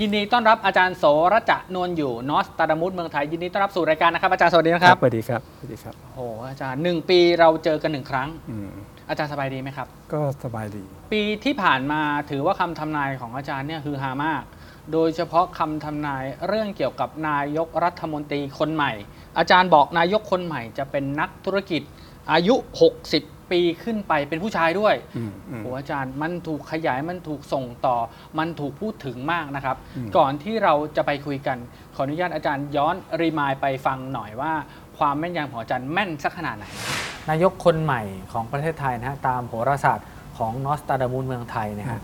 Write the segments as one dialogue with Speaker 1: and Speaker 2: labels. Speaker 1: ยินดีต้อนรับอาจารย์โสระจะนวลอยู่นอสตาดามุสเมืองไทยยินดีต้อนรับสู่รายการนะครับอาจารย์สวัสดีนะครับ
Speaker 2: สวัสดีครับสวัสดีครับ
Speaker 1: โอ้โหอาจารย์หนึ่งปีเราเจอกันหนึ่งครั้ง
Speaker 2: อืม
Speaker 1: อาจารย์สบายดีไหมครับ
Speaker 2: ก็สบายดี
Speaker 1: ปีที่ผ่านมาถือว่าคำทำนายของอาจารย์เนี่ยคือฮามาก โดยเฉพาะคำทำนายเรื่องเกี่ยวกับนายกรัฐมนตรีคนใหม่ อาจารย์บอกนายกคนใหม่จะเป็นนักธุรกิจ อายุ 60 ปีขึ้นไปเป็นผู้ชายด้วย
Speaker 2: อืมอืม
Speaker 1: โอ้อาจารย์มันถูกขยายมันถูกส่งต่อ มันถูกพูดถึงมากนะครับ
Speaker 2: อืม
Speaker 1: ก่อนที่เราจะไปคุยกัน ขออนุญาตอาจารย์ย้อนรีมายไปฟังหน่อยว่า ความแม่นยำของอาจารย์แม่นสักขนาดไหน
Speaker 3: นายกคนใหม่ของประเทศไทยนะฮะตามโหราศาสตร์ของนอสตราดามูลเมืองไทยนะฮะ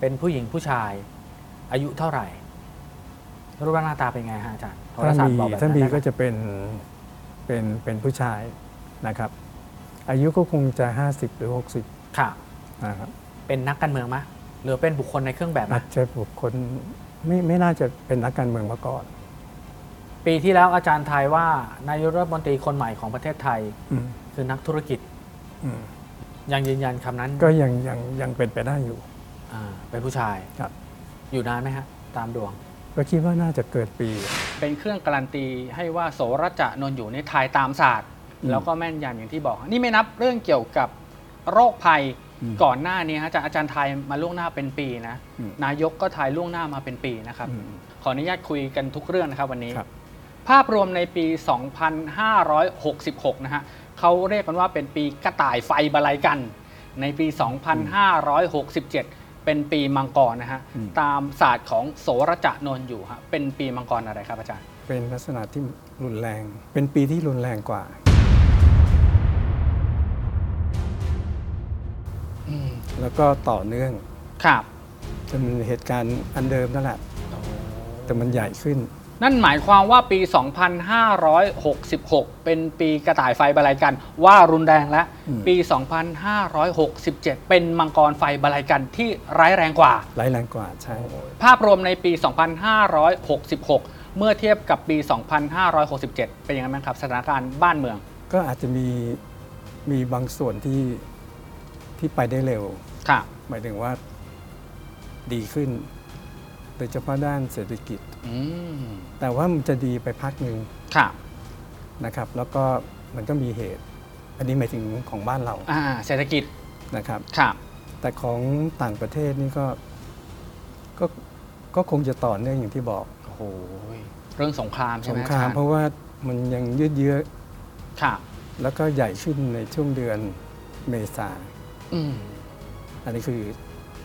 Speaker 3: เป็นผู้หญิงผู้ชาย อายุเท่าไหร่ รูปร่างหน้าตาเป็นไงฮะอาจารย์โหรา
Speaker 2: ท่าน
Speaker 3: ศาสต
Speaker 2: บี
Speaker 3: ร์บอกแบบ
Speaker 2: ท่านบี
Speaker 3: นั้น
Speaker 2: ก็
Speaker 3: ได้ไหม
Speaker 2: จะเป็นเป็นเป็นผู้ชายนะครับ อายุก็คงจะ 50 หรือ
Speaker 3: ค่ะ
Speaker 2: 60นะครับ
Speaker 3: เป็นนักการเมืองมะหรือเป็นบุคคลในเครื่องแบบ
Speaker 2: อาจ
Speaker 3: มะ
Speaker 2: จะบุคคลไม่ไม่น่าจะเป็นนักการเมืองมาก่อน
Speaker 3: ปีที่แล้วอาจารย์ทายว่านายกรัฐมนตรีคนใหม่ของประเทศไทย
Speaker 2: อืม
Speaker 3: คือนักธุรกิจ
Speaker 2: อืม
Speaker 3: ยังยืนยันคำนั้น
Speaker 2: ก็ยังยังยังเป็นไปได้อยู่
Speaker 3: อ่าเป็นผู้ชาย
Speaker 2: ครับ
Speaker 3: อยู่นานไหมฮะตามดวง
Speaker 2: ก็คิดว่าน่าจะเกิดปี
Speaker 1: เป็นเครื่องการันตีให้ว่าโสรจะนนท์อยู่ในทายตามศาสตร์
Speaker 2: อืม
Speaker 1: แล้วก็แม่นยำอย่างที่บอก นี่ไม่นับเรื่องเกี่ยวกับโรคภัย
Speaker 2: อืม
Speaker 1: ก่อนหน้านี้ฮะอาจารย์อาจารย์ทายมาล่วงหน้าเป็นปีนะ
Speaker 2: อืม
Speaker 1: นายกก็ทายล่วงหน้ามาเป็นปีนะครับ
Speaker 2: อืม
Speaker 1: ขออนุญาตคุยกันทุกเรื่องนะครับวันนี้
Speaker 2: ครับ
Speaker 1: ภาพรวมในปี 2566 นะฮะเขาเรียกกันว่าเป็นปีกระต่ายไฟบาลัยกัน ในปี 2567 เป็นปีมังกรนะฮะ
Speaker 2: อืม
Speaker 1: ตามศาสตร์ของโสรจะนนท์อยู่ฮะ เป็นปีมังกรอะไรครับอาจารย์
Speaker 2: เป็นลักษณะที่รุนแรง เป็นปีที่รุนแรงกว่า แล้วก็ต่อเนื่อง
Speaker 1: ครับ
Speaker 2: จะมันเหตุการณ์อันเดิมนั่นแหละ แต่มันใหญ่ขึ้น
Speaker 1: นั่นหมายความว่าปี 2566 เป็นปีกระต่ายไฟบาลัยกัน ว่ารุนแรงและ
Speaker 2: อืม
Speaker 1: ปี 2567 เป็นมังกรไฟบาลัยกันที่ร้ายแรงกว่า
Speaker 2: ร้ายแรงกว่าใช่
Speaker 1: ภาพรวมในปี 2566 เมื่อเทียบกับปี 2567 เป็นยังไงบ้างครับสถานการณ์บ้านเมือง
Speaker 2: ก็อาจจะมีมีบางส่วนที่ที่ไปได้เร็ว
Speaker 1: ครับ
Speaker 2: หมายถึงว่าดีขึ้น โดยเฉพาะด้านเศรษฐกิจ
Speaker 1: อืม
Speaker 2: แต่ว่ามันจะดีไปพักหนึ่ง
Speaker 1: ครับ
Speaker 2: นะครับ แล้วก็มันก็มีเหตุ อันนี้หมายถึงของบ้านเรา
Speaker 1: อ่า เศรษฐกิจ
Speaker 2: นะครับ
Speaker 1: ครับ
Speaker 2: แต่ของต่างประเทศนี่ก็ก็ก็คงจะต่อเนื่องอย่างที่บอก
Speaker 1: โอ้โห เรื่องสงครามใช่
Speaker 2: ส
Speaker 1: ไหม
Speaker 2: งครา
Speaker 1: อ
Speaker 2: ม
Speaker 1: จย์
Speaker 2: เพราะว่ามันยังยืดเยื้อ
Speaker 1: ครับ
Speaker 2: แล้วก็ใหญ่ขึ้นในช่วงเดือนเมษา
Speaker 1: อืม
Speaker 2: อันนี้คือ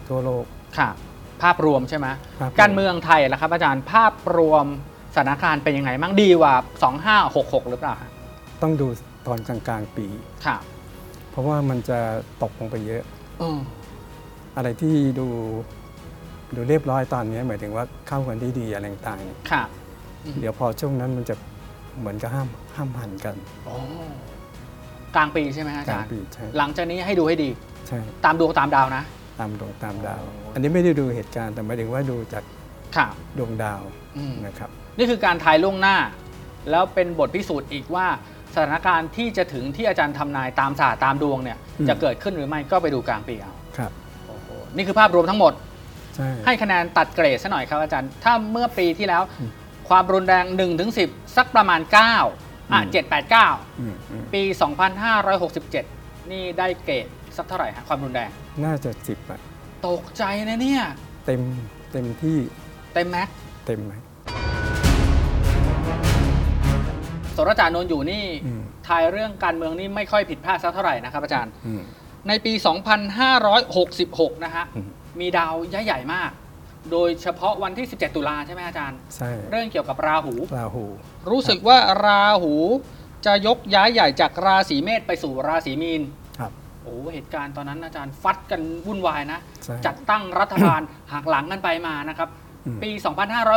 Speaker 2: ทั่วโลก
Speaker 1: ครับ ภาพรวมใช่ไหม
Speaker 2: ภาพรวม
Speaker 1: การเมืองไทยล่ะครับ อาจารย์ ภาพรวมสถานการณ์เป็นยังไงบ้างดีกว่า 2566 หรือเปล่า
Speaker 2: ต้องดูตอนกลางๆปี
Speaker 1: ครับ
Speaker 2: เพราะว่ามันจะตกลงไปเยอะ
Speaker 1: อืม
Speaker 2: อะไรที่ดูดูเรียบร้อยตอนนี้หมายถึงว่าเข้ากันได้ดีอะไรต่างๆเนี่ย
Speaker 1: ครับ
Speaker 2: เดี๋ยวพอช่วงนั้นมันจะเหมือนกับห้ามห้ามหันกัน
Speaker 1: โอ้กลางปีใช่ไหมฮะอาก
Speaker 2: ลา
Speaker 1: จาง รย์
Speaker 2: ปีใช่
Speaker 1: หลังจากนี้ให้ดูให้ดี
Speaker 2: ใช่
Speaker 1: ตามดวงตามดาวนะ
Speaker 2: ตามดวงตามดาว อันนี้ไม่ได้ดูเหตุการณ์แต่หมายถึงว่าดูจาก
Speaker 1: ครับ
Speaker 2: ดวงดาว
Speaker 1: อืม
Speaker 2: นะครับ
Speaker 1: นี่คือการทายล่วงหน้า แล้วเป็นบทพิสูจน์อีกว่า สถานการณ์ที่จะถึงที่อาจารย์ทำนายตามศาสตร์ตามดวงเนี่ย
Speaker 2: อืม
Speaker 1: จะเกิดขึ้นหรือไม่ก็ไปดูกลางปีเอา
Speaker 2: ครับ
Speaker 1: นี่คือภาพรวมทั้งหมด
Speaker 2: ใช่
Speaker 1: ให้คะแนนตัดเกรดซะหน่อยครับอาจารย์ ถ้าเมื่อปีที่แล้ว ความรุนแรง1นถึงสิสักประมาณ 9อ่ะ789
Speaker 2: อืมอืม
Speaker 1: ปี 2567 นี่ได้เกรดสักเท่าไหร่ฮะความรุนแรง
Speaker 2: น่าจะสิบอะ
Speaker 1: ตกใจนะเนี่ย
Speaker 2: เต็มเต็มที่
Speaker 1: เต็มแม็กซ์
Speaker 2: เต็มไหม
Speaker 1: สรจานนท์อยู่นี่
Speaker 2: อืม
Speaker 1: ทายเรื่องการเมืองนี่ไม่ค่อยผิดพลาดสักเท่าไหร่นะครับอาจารย์
Speaker 2: อืม
Speaker 1: ในปี 2566 นะฮะ
Speaker 2: อืม
Speaker 1: มีดาวย้ายใหญ่มาก โดยเฉพาะวันที่ 17 ตุลาใช่ไหมอาจารย์
Speaker 2: ใช่
Speaker 1: เรื่องเกี่ยวกับราหู
Speaker 2: ราหู
Speaker 1: รู้สึกว่าราหูจะยกย้ายใหญ่จากราศีเมษไปสู่ราศีมีน
Speaker 2: ครับ
Speaker 1: โอ้เหตุการณ์ตอนนั้นอาจารย์ฟัดกันวุ่นวายนะ
Speaker 2: ใช่
Speaker 1: จัดตั้งรัฐบาล หักหลังกันไปมานะครับ
Speaker 2: อืม
Speaker 1: ปี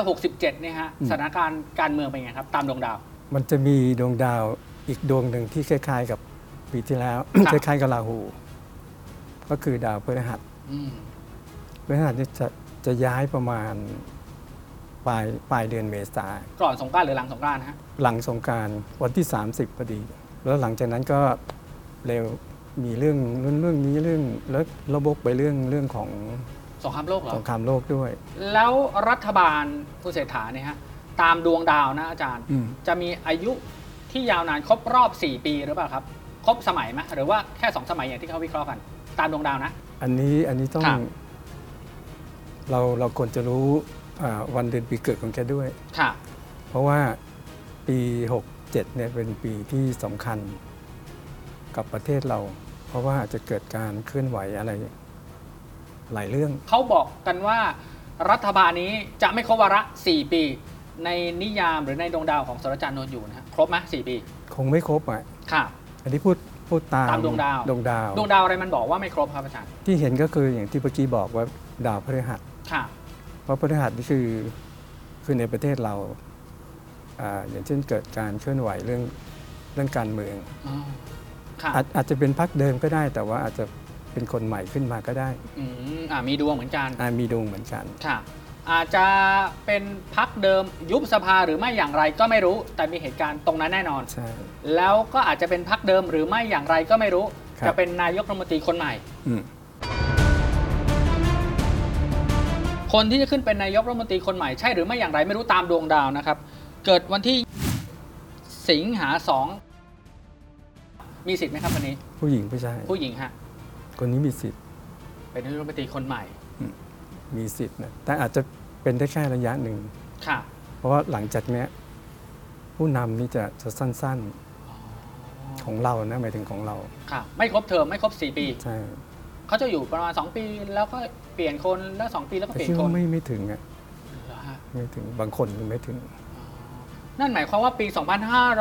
Speaker 1: 2567เนี่ยฮะ
Speaker 2: อืม
Speaker 1: สถานการณ์การเมืองเป็นไงครับ ตามดวงดาว
Speaker 2: มันจะมีดวงดาวอีกดวงหนึ่งที่คล้าย ๆ กับปีที่แล้ว
Speaker 1: ค
Speaker 2: ครับ ล้ายๆกับราหู ก็คือดาวพฤหัส
Speaker 1: อืม
Speaker 2: พฤหัสนี่จะจะย้ายประมาณปลายปลายเดือนเมษา
Speaker 1: ก่อนสงกรารหรือหลังสงกรารฮะ
Speaker 2: หลังสงกรารวันที่ 30พอดี แล้วหลังจากนั้นก็เร็วมีเรื่องเรื่องเรื่องนี้เรื่องแล้วระบกไปเรื่องเรื่องของ
Speaker 1: สงครามโลกเหรอ
Speaker 2: สงครามโลกด้วย
Speaker 1: แล้วรัฐบาลคุณเศรษฐาเนี่ยฮะตามดวงดาวนะอาจารย์
Speaker 2: อืม
Speaker 1: จะมีอายุที่ยาวนานครบรอบ 4 ปีหรือเปล่าครับ ครบสมัยไหมหรือว่าแค่ 2 สมัยอย่างที่เขาวิเคราะห์กัน ตามดวงดาวนะ
Speaker 2: อันนี้อันนี้ต้อง
Speaker 1: ครับ
Speaker 2: เราเราควรจะรู้อ่าวันเดือนปีเกิดของแกด้วย
Speaker 1: ค่ะ
Speaker 2: เพราะว่าปี 67เนี่ยเป็นปีที่สำคัญกับประเทศเรา เพราะว่าอาจจะเกิดการเคลื่อนไหวอะไร หลายเรื่อง
Speaker 1: เขาบอกกันว่ารัฐบาลนี้จะไม่ครบวาระ 4 ปี ในนิยามหรือในดวงดาวของสรจารย์นนท์อยู่นะฮะครบไหมสี่ปี
Speaker 2: คงไม่ครบอ่ะ
Speaker 1: ค่ะ
Speaker 2: อันนี้พูดพูดตาม
Speaker 1: ตามดวงดาว
Speaker 2: ดวงดาว
Speaker 1: ดวงดาวอะไรมันบอกว่าไม่ครบครับอาจารย์
Speaker 2: ที่เห็นก็คืออย่างที่เมื่อกี้บอกว่าดาวพฤหัส
Speaker 1: ค่ะ
Speaker 2: เพราะพฤหัสนี่คือคือในประเทศเราอ่าอย่างเช่นเกิดการเคลื่อนไหวเรื่องเรื่องการเมือง
Speaker 1: อ๋อ ค่ะ
Speaker 2: อาจอาจจะเป็นพักเดิมก็ได้ แต่ว่าอาจจะเป็นคนใหม่ขึ้นมาก็ได้
Speaker 1: อืมอ่ามีดวงเหมือนกัน
Speaker 2: อ่ามีดวงเหมือนกัน
Speaker 1: ค่ะ อาจจะเป็นพักเดิมยุบสภาหรือไม่อย่างไรก็ไม่รู้ แต่มีเหตุการณ์ตรงนั้นแน่นอน
Speaker 2: ใช่
Speaker 1: แล้วก็อาจจะเป็นพักเดิมหรือไม่อย่างไรก็ไม่รู้
Speaker 2: ครับ
Speaker 1: จะเป็นนายกรัฐมนตรีคนใหม่
Speaker 2: อืม
Speaker 1: คนที่จะขึ้นเป็นนายกรัฐมนตรีคนใหม่ใช่หรือไม่อย่างไรไม่รู้ตามดวงดาวนะครับ เกิดวันที่สิงหาสองมีสิทธิ์ไหมครับวันนี้
Speaker 2: ผู้หญิงผู้ชาย
Speaker 1: ผู้หญิงฮะ
Speaker 2: คนนี้มีสิทธิ์
Speaker 1: เป็นนายกรัฐมนตรีคนใหม่
Speaker 2: มีสิทธิ์นะแต่อาจจะเป็นได้แค่ระยะหนึ่ง
Speaker 1: ค่ะ
Speaker 2: เพราะว่าหลังจากเนี้ยผู้นำนี่จะจะสั้นๆของเรานะหมายถึงของเรา
Speaker 1: ค่ะ ไม่ครบเทอมไม่ครบสี่ปี
Speaker 2: ใช่
Speaker 1: เขาจะอยู่ประมาณสองปี แล้วก็เปลี่ยนคนแล้วสองปีแล้วก็
Speaker 2: แต่
Speaker 1: เปลี่ย
Speaker 2: คิด
Speaker 1: นคน
Speaker 2: ว่าไม่ไม่ถึงอ่ะ
Speaker 1: เหรอฮะ
Speaker 2: ไม่ถึงบางคนไม่ถึง
Speaker 1: นั่นหมายความว่าปี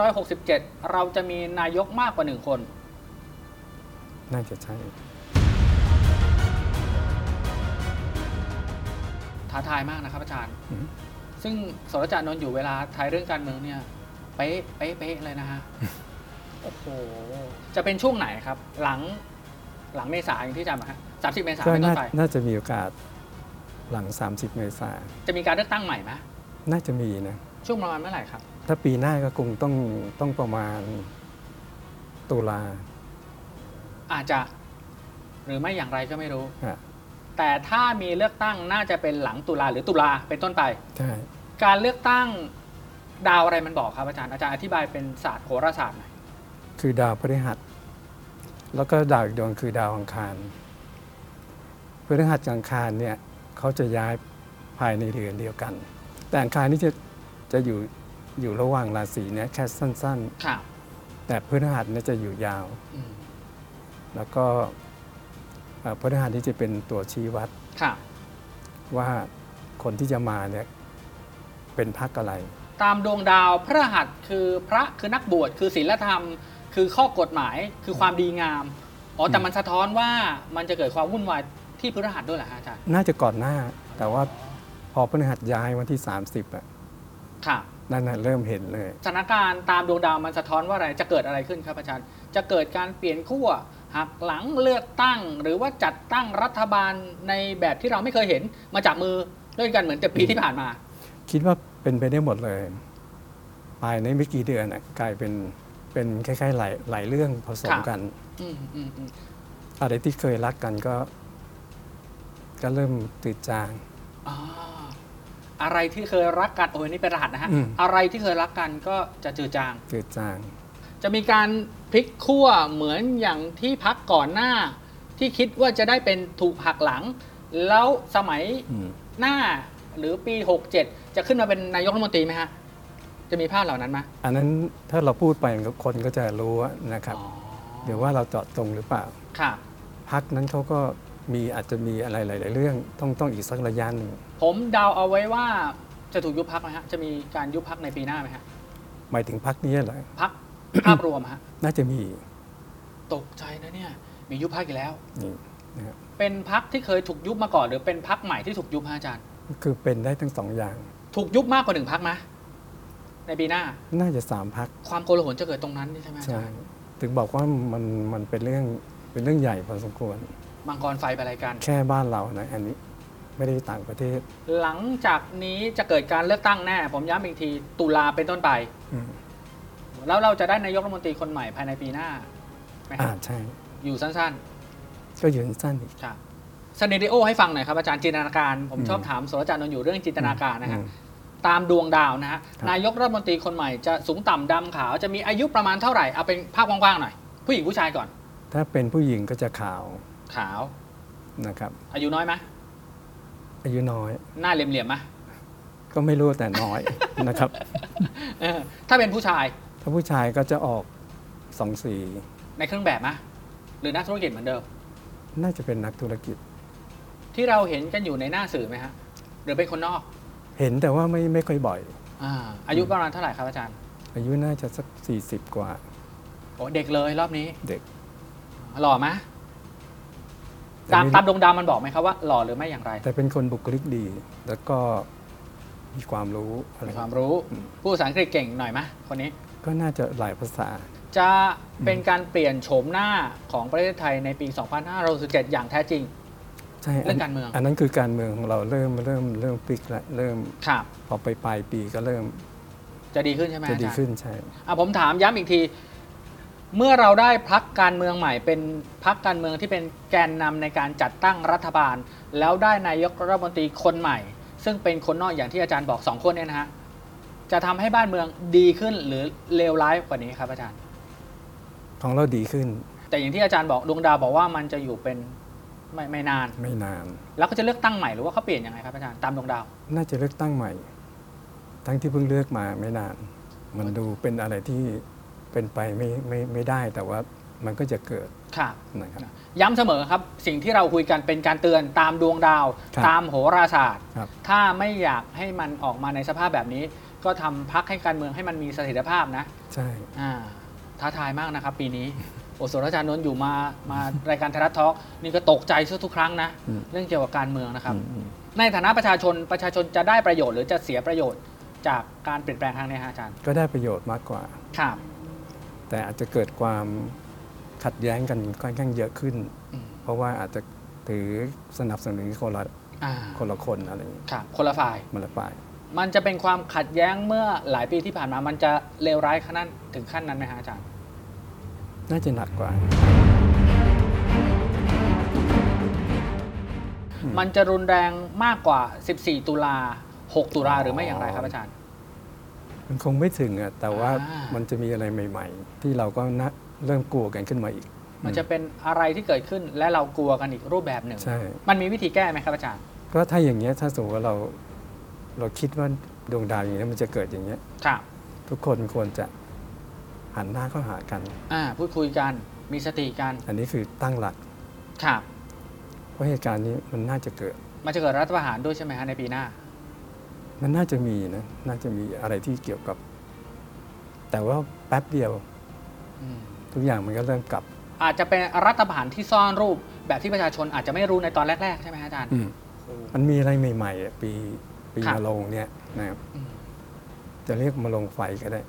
Speaker 1: 2567 เราจะมีนายกมากกว่าหนึ่งคน
Speaker 2: น่าจะใช่
Speaker 1: ท้าทายมากนะครับอาจารย์
Speaker 2: อืม
Speaker 1: ซึ่งสรจารย์นนท์อยู่เวลาทายเรื่องการเมืองเนี่ย เป๊ะเป๊ะเป๊ะเลยนะฮะ โอ้โห จะเป็นช่วงไหนครับ หลังหลังเมษาอย่างที่อาจารย์บอกฮะสามสิบเมษา
Speaker 2: ก็
Speaker 1: เป็นต้
Speaker 2: น่าน
Speaker 1: ไป
Speaker 2: น่าจะมีโอกาสหลัง 30 เมษายน
Speaker 1: จะมีการเลือกตั้งใหม่ไหม
Speaker 2: น่าจะมีนะ
Speaker 1: ช่วงประมาณเมื่อไหร่ครับ
Speaker 2: ถ้าปีหน้าก็คงต้องต้องประมาณตุลา
Speaker 1: อาจจะหรือไม่อย่างไรก็ไม่รู้
Speaker 2: ฮะ
Speaker 1: แต่ถ้ามีเลือกตั้งน่าจะเป็นหลังตุลาหรือตุลาเป็นต้นไป
Speaker 2: ใช่
Speaker 1: การเลือกตั้งดาวอะไรมันบอกครับอาจารย์อาจารย์อธิบายเป็นศาสตร์โหราศาสตร์หน่อย
Speaker 2: คือดาวพฤหัส แล้วก็ดาวอีกดวงคือดาวอังคารพฤหัสกับอังคารเนี่ยเขาจะย้ายภายในเดือนเดียวกัน แต่อังคารนี่จะจะอยู่อยู่ระหว่างราศีเนี่ยแค่สั้น
Speaker 1: ค่ะ
Speaker 2: ๆ แต่พฤหัสเนี่ยจะอยู่ยาว
Speaker 1: อืม
Speaker 2: แล้วก็เอ่อพฤหัสนี่จะเป็นตัวชี้วัด
Speaker 1: ค่ะ
Speaker 2: ว่าคนที่จะมาเนี่ยเป็นพักอะไร
Speaker 1: ตามดวงดาวพระหัสคือพระคือนักบวชคือศีลธรรม คือข้อกฎหมายคือความดีงามอ๋อแต่มันสะท้อนว่ามันจะเกิดความวุ่นวายที่พฤหัสด้วยเหรอฮะอาจารย์
Speaker 2: น่าจะก่อนหน้า แต่ว่าพอพฤหัสย้ายวันที่ 30อ่ะ
Speaker 1: ค่ะ
Speaker 2: นั่นน่ะเริ่มเห็นเลย
Speaker 1: สถานการณ์ตามดวงดาวมันสะท้อนว่าอะไรจะเกิดอะไรขึ้นครับอาจารย์ จะเกิดการเปลี่ยนขั้วหักหลังเลือกตั้ง หรือว่าจัดตั้งรัฐบาลในแบบที่เราไม่เคยเห็นมาจากมือด้วยกันเหมือนแต่ปีที่ผ่านมา
Speaker 2: คิดว่าเป็นไปได้หมดเลย ภายในไม่กี่เดือนอ่ะกลายเป็นเป็นคล้ายๆหลายหลายเรื่องผสม
Speaker 1: ค่ะ
Speaker 2: กัน
Speaker 1: อืมอืมอืม
Speaker 2: อะไรที่เคยรักกันก็ ก็เริ่มตืดจาง
Speaker 1: อ่าอะไรที่เคยรักกันโอ้ยนี่เป็นรหัสนะฮะ
Speaker 2: อืม
Speaker 1: อะไรที่เคยรักกันก็จะจืดจาง
Speaker 2: ตืดจาง
Speaker 1: จะมีการพลิกขั้วเหมือนอย่างที่พักก่อนหน้า ที่คิดว่าจะได้เป็นถูกหักหลัง แล้วสมัย
Speaker 2: อืม
Speaker 1: หน้าหรือปี 67 จะขึ้นมาเป็นนายกรัฐมนตรีไหมฮะ จะมีภาพเหล่านั้นไหม
Speaker 2: อันนั้นถ้าเราพูดไปคนก็จะรู้นะครับ
Speaker 1: อ๋อ
Speaker 2: เดี๋ยวว่าเราเจาะจงหรือเปล่า
Speaker 1: ค่ะ
Speaker 2: พักนั้นเขาก็มีอาจจะมีอะไรหลาย ๆ เรื่องต้องต้องอีกสักระยะหนึ่ง
Speaker 1: ผมเดาเอาไว้ว่าจะถูกยุบพักไหมฮะ จะมีการยุบพักในปีหน้าไหมฮะ
Speaker 2: หมายถึงพักนี้เหรอ
Speaker 1: พัก ภาพรวมฮะ
Speaker 2: น่าจะมี
Speaker 1: ตกใจนะเนี่ย มียุบพักอีกแล้ว
Speaker 2: นี่นะครับ
Speaker 1: เป็นพักที่เคยถูกยุบมาก่อนหรือเป็นพักใหม่ที่ถูกยุบฮะอาจารย์
Speaker 2: คือเป็นได้ทั้งสองอย่าง
Speaker 1: ถูกยุบมากกว่าหนึ่งพักไหมในปีหน้า
Speaker 2: น่าจะสามพัก
Speaker 1: ความโกลาหลจะเกิดตรงนั้นนี่ใช่ไหมอา
Speaker 2: ใช่
Speaker 1: จารย์
Speaker 2: ถึงบอกว่ามันมันเป็นเรื่องเป็นเรื่องใหญ่พอสมควร
Speaker 1: มังกรไฟไปอะไรายกัน
Speaker 2: แค่บ้านเรานะอันนี้ไม่ได้ต่างประเทศ
Speaker 1: หลังจากนี้จะเกิดการเลือกตั้งแน่ ผมย้ำอีกทีตุลาเป็นต้นไป
Speaker 2: อืม
Speaker 1: แล้วเราจะได้นายกรัฐมนตรีคนใหม่ภายในปีหน้าไหมค
Speaker 2: อ่า
Speaker 1: รับ
Speaker 2: ใช่
Speaker 1: อยู่สั้น
Speaker 2: ก็ยืนสั้นอีก
Speaker 1: ๆครับสเนดิโอให้ฟังหน่อยครับอาจารย์จินตนาการ ผม
Speaker 2: อืม
Speaker 1: ชอบถามสรอาจารย์นนท์อยู่เรื่องจินตนาการนะฮะ
Speaker 2: อืม
Speaker 1: ตามดวงดาวนะฮะ
Speaker 2: ครับ
Speaker 1: นายกรัฐมนตรีคนใหม่จะสูงต่ำดำขาว จะมีอายุประมาณเท่าไหร่ เอาเป็นภาพกว้างๆหน่อย ผู้หญิงผู้ชายก่อน
Speaker 2: ถ้าเป็นผู้หญิงก็จะขาว
Speaker 1: ขาว
Speaker 2: นะครับ
Speaker 1: อายุน้อยไหม
Speaker 2: อายุน้อย
Speaker 1: หน้าเหลี่ยมๆไหม
Speaker 2: ก็ไม่รู้แต่น้อย นะครับ
Speaker 1: เออถ้าเป็นผู้ชาย
Speaker 2: ถ้าผู้ชายก็จะออกสองสี
Speaker 1: ในเครื่องแบบไหมหรือนักธุรกิจเหมือนเดิม
Speaker 2: น่าจะเป็นนักธุรกิจ
Speaker 1: ที่เราเห็นกันอยู่ในหน้าสื่อไหมฮะ หรือเป็นคนนอก
Speaker 2: เห็นแต่ว่าไม่ไม่ค่อยบ่อย
Speaker 1: อาอายุประมาณเท่าไหร่ครับอาจารย์
Speaker 2: อายุน่าจะสัก 40 กว่า
Speaker 1: โอ้เด็กเลยรอบนี้
Speaker 2: เด็ก
Speaker 1: หล่อไหม
Speaker 2: แต่
Speaker 1: ตาม
Speaker 2: ไม่
Speaker 1: ตามดวงดาวมันบอกไหมครับว่าหล่อหรือไม่อย่างไร
Speaker 2: แต่เป็นคนบุคลิกดี แล้วก็มีความรู้อะไร
Speaker 1: มีความรู้ผู้ภาษาอังกฤษเก่งหน่อยไหมคนนี้
Speaker 2: ก็น่าจะหลายภาษา
Speaker 1: จะเป็นการเปลี่ยนโฉมหน้าของประเทศไทยในปี 2567 อย่างแท้จริง
Speaker 2: ใช่
Speaker 1: เรื่องการเมือง
Speaker 2: อันนั้นคือการเมืองของเราเริ่มเริ่มเริ่มพลิกละเริ่ม
Speaker 1: ครับ
Speaker 2: พอไปปลายปีก็เริ่ม
Speaker 1: จะดีขึ้นใช่ไหม
Speaker 2: จะดี
Speaker 1: อาจารย์
Speaker 2: ขึ้นใช่
Speaker 1: อ่ะผมถามย้ำอีกที เมื่อเราได้พักการเมืองใหม่ เป็นพักการเมืองที่เป็นแกนนำในการจัดตั้งรัฐบาล แล้วได้นายกรัฐมนตรีคนใหม่ ซึ่งเป็นคนนอกอย่างที่อาจารย์บอกสองคนเนี่ยนะฮะจะทำให้บ้านเมืองดีขึ้นหรือเลวร้ายกว่านี้ครับอาจารย์
Speaker 2: ของเราดีขึ้น
Speaker 1: แต่อย่างที่อาจารย์บอกดวงดาวบอกว่ามันจะอยู่เป็นไม่ไม่นาน
Speaker 2: ไม่นาน
Speaker 1: แล้วก็จะเลือกตั้งใหม่หรือว่าเขาเปลี่ยนยังไงครับอาจารย์ตามดวงดาว
Speaker 2: น่าจะเลือกตั้งใหม่ ทั้งที่เพิ่งเลือกมาไม่นาน มันดูเป็นอะไรที่เป็นไปไม่ไม่ไม่ได้แต่ว่ามันก็จะเกิด
Speaker 1: ค่ะ
Speaker 2: นะครับ
Speaker 1: ย้ำเสมอครับ สิ่งที่เราคุยกันเป็นการเตือนตามดวงดาว
Speaker 2: ครับ
Speaker 1: ตามโหราศาสตร์
Speaker 2: ครับ
Speaker 1: ถ้าไม่อยากให้มันออกมาในสภาพแบบนี้ ก็ทำพักให้การเมืองให้มันมีเสถียรภาพนะ
Speaker 2: ใช่
Speaker 1: อ่าท้าทายมากนะครับ ปีนี้ โอสถอาจารย์นนท์อยู่มาม ารายการไทยรัฐทอล์กนี่ก็ตกใจทุกครั้งนะ เรื่องเกี่ยวกับการเมืองนะครับ
Speaker 2: อืมอืม
Speaker 1: ในฐานะประชาชนประชาชนจะได้ประโยชน์หรือจะเสียประโยชน์จากการเปลี่ยนแปลงครั้งนี้ฮะอาจารย์
Speaker 2: ก็ได้ประโยชน์มากกว่า
Speaker 1: ครับ
Speaker 2: แต่อาจจะเกิดความขัดแย้งกันค่อนข้างเยอะขึ้น
Speaker 1: อืม
Speaker 2: เพราะว่าอาจจะถือสนับสนุนคนละ
Speaker 1: อ่า
Speaker 2: คนละคนอะไรอย่างนี้
Speaker 1: ครับคนละฝ่าย
Speaker 2: มันละไป
Speaker 1: มันจะเป็นความขัดแย้งเมื่อหลายปีที่ผ่านมา มันจะเลวร้ายขนาดถึงขั้นนั้นไหมฮะอาจารย์
Speaker 2: น่าจะหนักกว่า
Speaker 1: มันจะรุนแรงมากกว่า 14 ตุลา 6 ตุลาหรือไม่อย่างไรครับอาจารย์
Speaker 2: มันคงไม่ถึงอะแต่ว่า
Speaker 1: อ่ามั
Speaker 2: มันจะมีอะไรใหม่ ๆ ที่เราก็นะเริ่มกลัวกันขึ้นมาอีก
Speaker 1: มันจะเป็นอะไรที่เกิดขึ้นและเรากลัวกันอีกรูปแบบหนึ่ง
Speaker 2: ใช่
Speaker 1: มันมีวิธีแก้ไหมครับอาจารย์
Speaker 2: ก็ถ้าอย่างเงี้ยถ้าสมมติว่าเราเราคิดว่าดวงดาวอย่างเงี้ยมันจะเกิดอย่างเงี้ย
Speaker 1: ครับ
Speaker 2: ทุกคนควรจะหันหน้าเข้าหากัน
Speaker 1: อ่าพูดคุยกัน มีสติกัน
Speaker 2: อันนี้คือตั้งหลัก
Speaker 1: ครับ
Speaker 2: ว่าเหตุการณ์นี้มันน่าจะเกิด
Speaker 1: มันจะเกิดรัฐประหารด้วยใช่ไหมฮะในปีหน้า
Speaker 2: มันน่าจะมีนะ น่าจะมีอะไรที่เกี่ยวกับ แต่ว่าแป๊บเดียว
Speaker 1: อืม
Speaker 2: ทุกอย่างมันก็เริ่มกลับ
Speaker 1: อาจจะเป็นรัฐประหารที่ซ่อนรูป แบบที่ประชาชนอาจจะไม่รู้ในตอนแรกๆใช่ไหมฮะอาจารย์
Speaker 2: มันมีอะไรใหม่ๆอะปีปี
Speaker 1: ครับ
Speaker 2: มาลงเนี่ยนะครับ
Speaker 1: อืม
Speaker 2: จะเรียกมาลงไฟก็ได้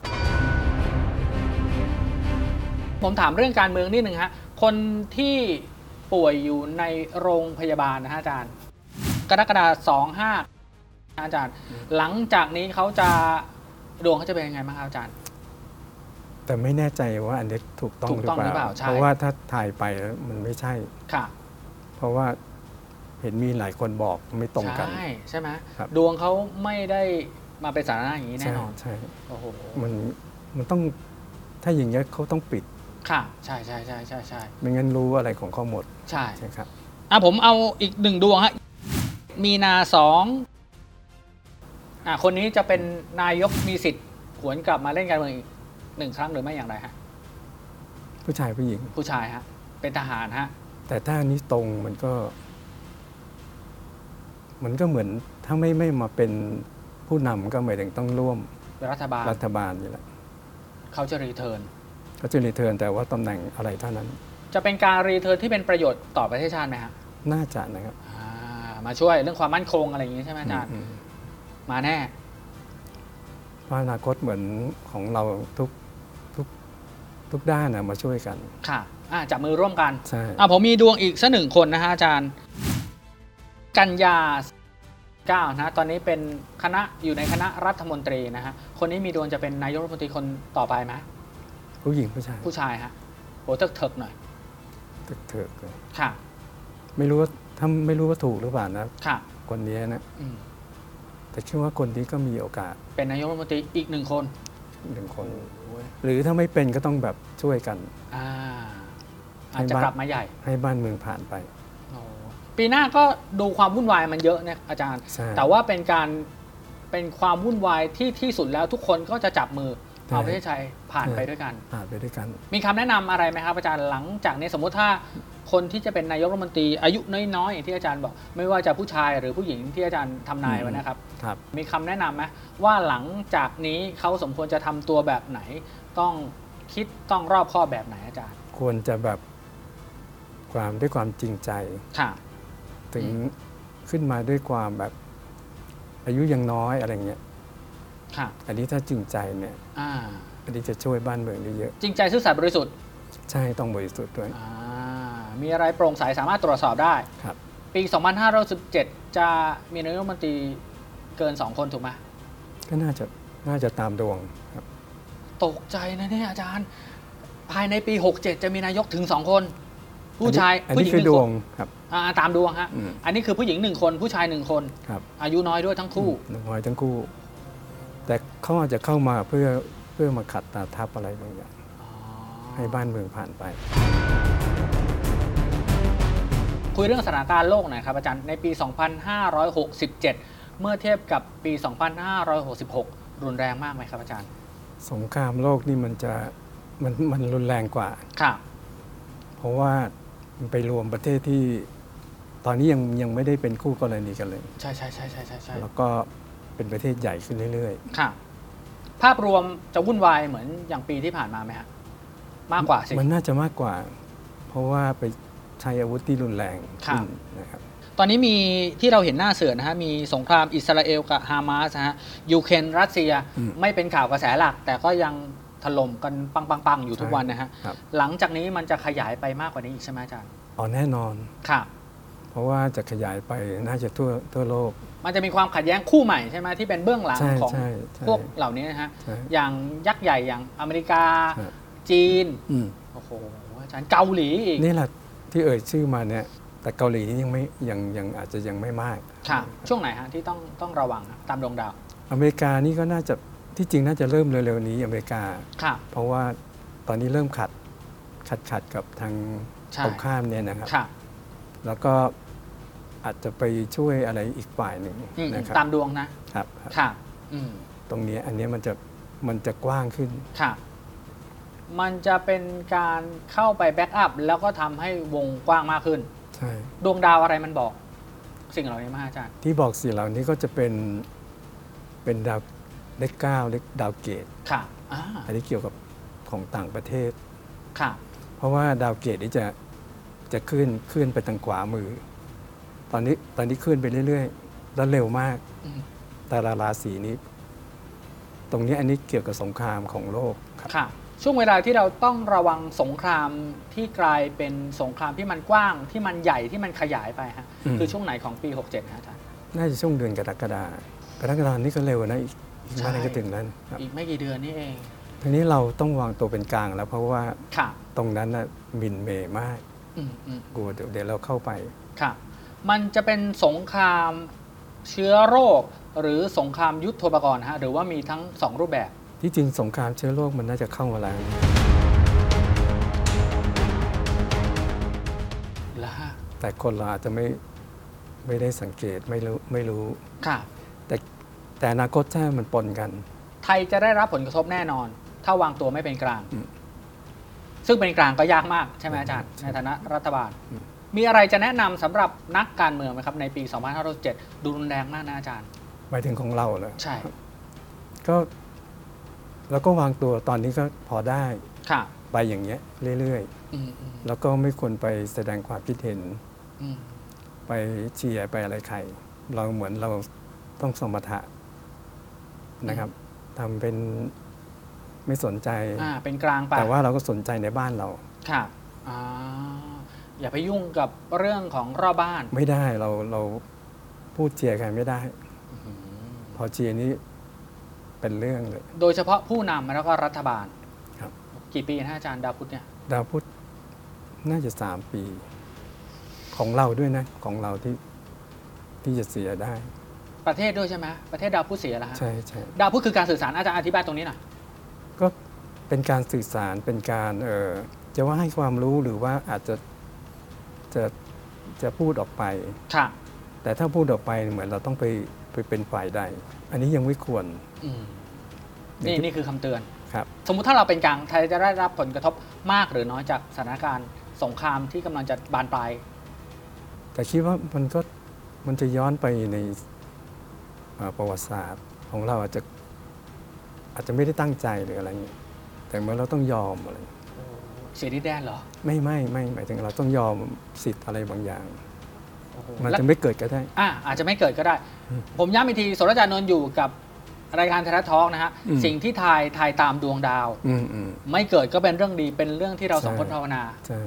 Speaker 1: ผมถามเรื่องการเมืองนิดหนึ่งฮะ คนที่ป่วยอยู่ในโรงพยาบาลนะฮะอาจารย์ กรกฎาสองห้าอาจารย์ หลังจากนี้เขาจะดวงเขาจะเป็นยังไงบ้างครับอาจารย์
Speaker 2: แต่ไม่แน่ใจว่าอันนี้ถูกต้อง
Speaker 1: ถูก
Speaker 2: หรือ
Speaker 1: ต้อง
Speaker 2: เป
Speaker 1: หรือเป
Speaker 2: ล่า
Speaker 1: ล่าใช่
Speaker 2: เพราะว่าถ้าถ่ายไปแล้วมันไม่ใช่
Speaker 1: ค่ะ
Speaker 2: เพราะว่าเห็นมีหลายคนบอกไม่ตรงกัน
Speaker 1: ใช่ใช่ไหม
Speaker 2: ครับ
Speaker 1: ดวงเขาไม่ได้มาเป็นสาธารณะอย่างนี้แน่
Speaker 2: ใช่
Speaker 1: นอน
Speaker 2: ใช่
Speaker 1: โอ้โห
Speaker 2: มันมันต้องถ้าอย่างเงี้ยเขาต้องปิด
Speaker 1: ค่ะ ใช่ใช่ใช่ใช่ใช่
Speaker 2: ไม่งั้นรู้อะไรของเขาหมด
Speaker 1: ใช่
Speaker 2: ใช่ครับ
Speaker 1: อ่ะผมเอาอีกหนึ่งดวงฮะมีนาสองอ่ะคนนี้จะเป็นนายกมีสิทธิ์หวนกลับมาเล่นการเมืองอีกหนึ่งครั้งหรือไม่อย่างไรฮะ
Speaker 2: ผู้ชายผู้หญิง
Speaker 1: ผู้ชายฮะ เป็นทหารฮะ
Speaker 2: แต่ถ้าอันนี้ตรงมันก็ มันก็เหมือนถ้าไม่ไม่มาเป็นผู้นำก็หมายถึงต้องร่วม
Speaker 1: เป็นรัฐบาล
Speaker 2: รัฐบาลนี่แหละ
Speaker 1: เขาจะรีเทิร์น
Speaker 2: ก็จะรีเทิร์นแต่ว่าตำแหน่งอะไรเท่านั้น
Speaker 1: จะเป็นการรีเทิร์นที่เป็นประโยชน์ต่อประเทศชาติไหมฮะ
Speaker 2: น่าจะนะครับ
Speaker 1: อ่า มาช่วยเรื่องความมั่นคงอะไรอย่างงี้ใช่ไหมอาจารย์
Speaker 2: อืม
Speaker 1: มาแน่
Speaker 2: เพราะอนาคตเหมือนของเราทุกทุกทุกด้านนะมาช่วยกัน
Speaker 1: ค่ะอ่ะจับมือร่วมกัน
Speaker 2: ใช่
Speaker 1: อ่ะผมมีดวงอีกสักหนึ่งคนนะฮะอาจารย์ กันยาเก้านะฮะตอนนี้เป็นคณะอยู่ในคณะรัฐมนตรีนะฮะคนนี้มีดวงจะเป็นนายกรัฐมนตรีคนต่อไปไหม
Speaker 2: ผู้หญิงผู้ชาย
Speaker 1: ผู้ชายฮะโหเถิกเถิกๆหน่อย
Speaker 2: เถิกๆเลย
Speaker 1: ค่ะ
Speaker 2: ไม่รู้ว่าถ้าไม่รู้ว่าถูกหรือเปล่านะ
Speaker 1: ค่ะ
Speaker 2: คนนี้นะ
Speaker 1: อืม
Speaker 2: แต่เชื่อว่าคนนี้ก็มีโอกาส
Speaker 1: เป็นนายกรัฐมนตรีอีกหนึ่งคน
Speaker 2: หนึ่งคน หรือถ้าไม่เป็นก็ต้องแบบช่วยกัน
Speaker 1: อ่าอาจจะกลับมาใหญ่
Speaker 2: ให้บ้านเมืองผ่านไป
Speaker 1: โอ้ปีหน้าก็ดูความวุ่นวายมันเยอะเนี่ยอาจารย์
Speaker 2: ใช่
Speaker 1: แต่ว่าเป็นการเป็นความวุ่นวายที่ที่สุดแล้วทุกคนก็จะจับมือเอาประเทศไทยผ่าน
Speaker 2: ใช่
Speaker 1: ไปด้วยกัน
Speaker 2: ผ่านไปด้วยกัน
Speaker 1: มีคำแนะนำอะไรไหมครับอาจารย์หลังจากนี้สมมติถ้าคนที่จะเป็นนายกรัฐมนตรีอายุน้อยๆอย่างที่อาจารย์บอก ไม่ว่าจะผู้ชายหรือผู้หญิงที่อาจารย์ทำนายไว้นะครับ
Speaker 2: ครับ
Speaker 1: มีคำแนะนำไหมว่าหลังจากนี้เขาสมควรจะทำตัวแบบไหน ต้องคิดต้องรอบคอบแบบไหนอาจารย์
Speaker 2: ควรจะแบบความด้วยความจริงใจ
Speaker 1: ค่ะ
Speaker 2: ถึง
Speaker 1: อืม
Speaker 2: ขึ้นมาด้วยความแบบอายุยังน้อยอะไรเงี้ย
Speaker 1: ค่ะ
Speaker 2: อันนี้ถ้าจริงใจเนี่ย
Speaker 1: อ่า
Speaker 2: อันนี้จะช่วยบ้านเมืองได้เยอะ
Speaker 1: จริงใจซื่อสัตย์บริสุทธิ์
Speaker 2: ใช่ต้องบริสุทธิ์ด้วย
Speaker 1: อ่ามีอะไรโปร่งใสสามารถตรวจสอบได้
Speaker 2: ครับ
Speaker 1: ปี 2517 จะมีนายกรัฐมนตรีเกิน 2 คนถูกไหม
Speaker 2: ก็น่าจะน่าจะตามดวงครับ
Speaker 1: ตกใจนะเนี่ยอาจารย์ ภายในปี 67 จะมีนายกถึง 2 คน ผู้ชาย
Speaker 2: อัน
Speaker 1: ผู้
Speaker 2: นี้
Speaker 1: หญิง
Speaker 2: อันนี้คือ
Speaker 1: หนึ่
Speaker 2: ด
Speaker 1: ง
Speaker 2: ว
Speaker 1: ค
Speaker 2: ง
Speaker 1: น
Speaker 2: ครับ
Speaker 1: อ่าตามดวงฮะ
Speaker 2: อืม
Speaker 1: อันนี้คือผู้หญิงหนึ่งคนผู้ชายหนึ่งคน
Speaker 2: ครับ
Speaker 1: อายุน้อยด้วยทั้งคู่
Speaker 2: น้อยทั้งคู่ แต่เขาอาจจะเข้ามาเพื่อเพื่อมาขัดตาทับอะไรบางอย่าง ให้บ้านเมืองผ่านไป
Speaker 1: คุยเรื่องสถานการณ์โลกหน่อยครับอาจารย์ในปี 2567 เมื่อเทียบกับปี 2566 รุนแรงมากไหมครับอาจารย์
Speaker 2: สงครามโลกนี่มันจะมันมันรุนแรงกว่า
Speaker 1: ค่ะ
Speaker 2: เพราะว่ามันไปรวมประเทศที่ ตอนนี้ยังยังไม่ได้เป็นคู่กรณีกันเลย
Speaker 1: ใช่ใช่ใช่ใช่ใช่ใช่
Speaker 2: แล้วก็เป็นประเทศใหญ่ขึ้นเรื่อย
Speaker 1: ค่ะ ภาพรวมจะวุ่นวายเหมือนอย่างปีที่ผ่านมาไหมฮะมากกว่าสิ
Speaker 2: ๆ มันน่าจะมากกว่า เพราะว่าไปใช้อาวุธที่รุนแรงขึ้นนะครับ
Speaker 1: ตอนนี้มีที่เราเห็นหน้าเสือนะฮะมีสงครามอิสราเอลกับฮามาสนะฮะยูเครนรัสเซีย
Speaker 2: อืม
Speaker 1: ไม่เป็นข่าวกระแสหลัก แต่ก็ยังถล่มกันปังๆ ๆ อยู่ทุกวันนะฮะ
Speaker 2: ครับ
Speaker 1: หลังจากนี้มันจะขยายไปมากกว่านี้อีกใช่ไหมอาจารย์
Speaker 2: อ๋อแน่นอน
Speaker 1: ค่ะ
Speaker 2: เพราะว่าจะขยายไปน่าจะทั่วทั่วโลก
Speaker 1: มันจะมีความขัดแย้งคู่ใหม่ใช่ไหมที่เป็นเบื้องหลัง
Speaker 2: ใช่
Speaker 1: ของ
Speaker 2: ใช่ใช่
Speaker 1: พวกเหล่านี้นะฮะ
Speaker 2: ใช่
Speaker 1: อย่างยักษ์ใหญ่อย่างอเมริกา
Speaker 2: ครับ
Speaker 1: จีน
Speaker 2: อืม
Speaker 1: โอ้โหอาจารย์เกาหลีอีก
Speaker 2: นี่แหละที่เอ่ยชื่อมาเนี่ย แต่เกาหลีนี่ยังไม่ยังยังอาจจะยังไม่มาก
Speaker 1: ค่ะ ช่วงไหนฮะที่ต้องต้องระวังครับตามดวงดาว
Speaker 2: อเมริกานี่ก็น่าจะที่จริงน่าจะเริ่มเร็วๆนี้อเมริกา
Speaker 1: ค่ะ
Speaker 2: เพราะว่าตอนนี้เริ่มขัดขัดขัดกับทาง
Speaker 1: ใช่
Speaker 2: ตรงข้ามเนี่ยนะครับ
Speaker 1: ค่ะ
Speaker 2: แล้วก็อาจจะไปช่วยอะไรอีกฝ่ายหนึ่ง
Speaker 1: อืม
Speaker 2: นะครับ
Speaker 1: ตามดวงนะครับ
Speaker 2: ครับ
Speaker 1: ค่ะ อืม
Speaker 2: ตรงนี้อันนี้มันจะมันจะกว้างขึ้น
Speaker 1: ค่ะ มันจะเป็นการเข้าไปแบ็กอัพแล้วก็ทำให้วงกว้างมากขึ้น
Speaker 2: ใช่
Speaker 1: ดวงดาวอะไรมันบอก สิ่งเหล่านี้มากอาจารย์
Speaker 2: ที่บอกสีเหล่านี้ก็จะเป็นเป็นดาวเลขเก้าเลขดาวเกต
Speaker 1: ค่ะอ่า
Speaker 2: อันนี้เกี่ยวกับของต่างประเทศ
Speaker 1: ค่ะ
Speaker 2: เพราะว่าดาวเกตนี่จะจะขึ้นขึ้นไปทางขวามือ ตอนนี้ตอนนี้ขึ้นไปเรื่อยๆ แล้วเร็วมาก
Speaker 1: อืม
Speaker 2: แต่ละราศีนี้ ตรงนี้อันนี้เกี่ยวกับสงครามของโลกครับ
Speaker 1: ค่ะ ช่วงเวลาที่เราต้องระวังสงครามที่กลายเป็นสงครามที่มันกว้าง ที่มันใหญ่ที่มันขยายไปฮะ
Speaker 2: อืม
Speaker 1: คือช่วงไหนของปี 67ฮะอาจารย์
Speaker 2: น่าจะช่วงเดือนกรกฎาคมกรกฎาคมนี่ก็เร็วนะอีกอีก
Speaker 1: ใช่
Speaker 2: วันหนึงก็ถึงแล้วนะครับ
Speaker 1: อีกไม่กี่เดือนนี่เอง
Speaker 2: ทีนี้เราต้องวางตัวเป็นกลางแล้ว เพราะว่า
Speaker 1: ค่ะ
Speaker 2: ตรงนั้นนะหมินเหมมาก
Speaker 1: อืมอืม
Speaker 2: กลัวเดี๋ยวเดี๋ยวเราเข้าไป
Speaker 1: ค่ะ มันจะเป็นสงครามเชื้อโรค หรือสงครามยุทโธปกรณ์ฮะ หรือว่ามีทั้งสองรูปแบบ
Speaker 2: ที่จริงสงครามเชื้อโรคมันน่าจะเข้ามาแล้ว
Speaker 1: แล้วฮะ
Speaker 2: แต่คนเราอาจจะไม่ไม่ได้สังเกตไม่รู้ไม่รู้
Speaker 1: ค่ะ
Speaker 2: แต่แต่อนาคตถ้ามันปนกัน
Speaker 1: ไทยจะได้รับผลกระทบแน่นอน ถ้าวางตัวไม่เป็นกลาง
Speaker 2: อืม
Speaker 1: ซึ่งเป็นกลางก็ยากมากใช่ไหมอาจารย์
Speaker 2: ใช่
Speaker 1: ในฐานะรัฐบาล
Speaker 2: อืม
Speaker 1: มีอะไรจะแนะนำสำหรับนักการเมืองไหมครับ ในปี 2507ดูรุนแรงมากนะอาจารย์
Speaker 2: หมายถึงของเราเลย
Speaker 1: ใช่
Speaker 2: ก็เราก็วางตัวตอนนี้ก็พอได้
Speaker 1: ค่ะ
Speaker 2: ไปอย่างเงี้ยเรื่อย
Speaker 1: อืมอืม
Speaker 2: ๆ แล้วก็ไม่ควรไปแสดงความคิดเห็น
Speaker 1: อืม
Speaker 2: ไปเชียร์ไปอะไรใคร เราเหมือนเราต้องสมถะนะครับทำเป็นไม่สนใจ
Speaker 1: อ่าเป็นกลางไป
Speaker 2: แต่ว่าเราก็สนใจในบ้านเรา
Speaker 1: ครับอ่าอย่าไปยุ่งกับเรื่องของรอบบ้าน
Speaker 2: ไม่ได้เราเราพูดเชียร์ใครไม่ได้ พอเชียร์นี้เป็นเรื่องเลย
Speaker 1: โดยเฉพาะผู้นำแล้วก็รัฐบาล
Speaker 2: ครับ
Speaker 1: กี่ปีนะอาจารย์ดาวพุธเนี่ย
Speaker 2: ดาวพุธน่าจะสามปี ของเราด้วยนะ ของเราที่ที่จะเสียได้
Speaker 1: ประเทศด้วยใช่ไหมประเทศดาวพุธเสียแล้วฮะ
Speaker 2: ใช่ใช่
Speaker 1: ดาวพุธคือการสื่อสารอาจารย์อธิบายตรงนี้หน่อย
Speaker 2: ก็เป็นการสื่อสารเป็นการเออจะว่าให้ความรู้หรือว่าอาจจะจะจะพูดออกไป
Speaker 1: ค่ะ
Speaker 2: แต่ถ้าพูดออกไปเหมือนเราต้องไปไปเป็นฝ่ายใด อันนี้ยังไม่ควร
Speaker 1: อืมนี่นี่คือคำเตือน
Speaker 2: ครับ
Speaker 1: สมมุติถ้าเราเป็นกลางไทยจะได้รับผลกระทบมากหรือน้อยจากสถานการณ์สงครามที่กำลังจะบานปลาย
Speaker 2: แต่คิดว่ามันก็มันจะย้อนไปในเอ่อประวัติศาสตร์ของเราอาจจะอาจจะไม่ได้ตั้งใจหรืออะไรอย่างเงี้ยแต่เมื่อเราต้องยอมอะไรอย่างเงี้ย
Speaker 1: เสียดินแดนเหรอ
Speaker 2: ไม่ไม่ไม่หมายถึงเราต้องยอมสิทธิ์อะไรบางอย่าง
Speaker 1: โอ้โห
Speaker 2: มัน
Speaker 1: และ
Speaker 2: จะไม่เกิดก็ได้
Speaker 1: อ่ะอาจจะไม่เกิดก็ได้
Speaker 2: อืม
Speaker 1: ผมย้ำอีกทีสรจานนท์อยู่กับรายการไทยรัฐทอล์กนะฮะ
Speaker 2: อืม
Speaker 1: สิ่งที่ทายทายตามดวงดาว
Speaker 2: อืมอืม
Speaker 1: ไม่เกิดก็เป็นเรื่องดีเป็นเรื่องที่เราสอง
Speaker 2: ใช่
Speaker 1: คนภาวนา
Speaker 2: ใช่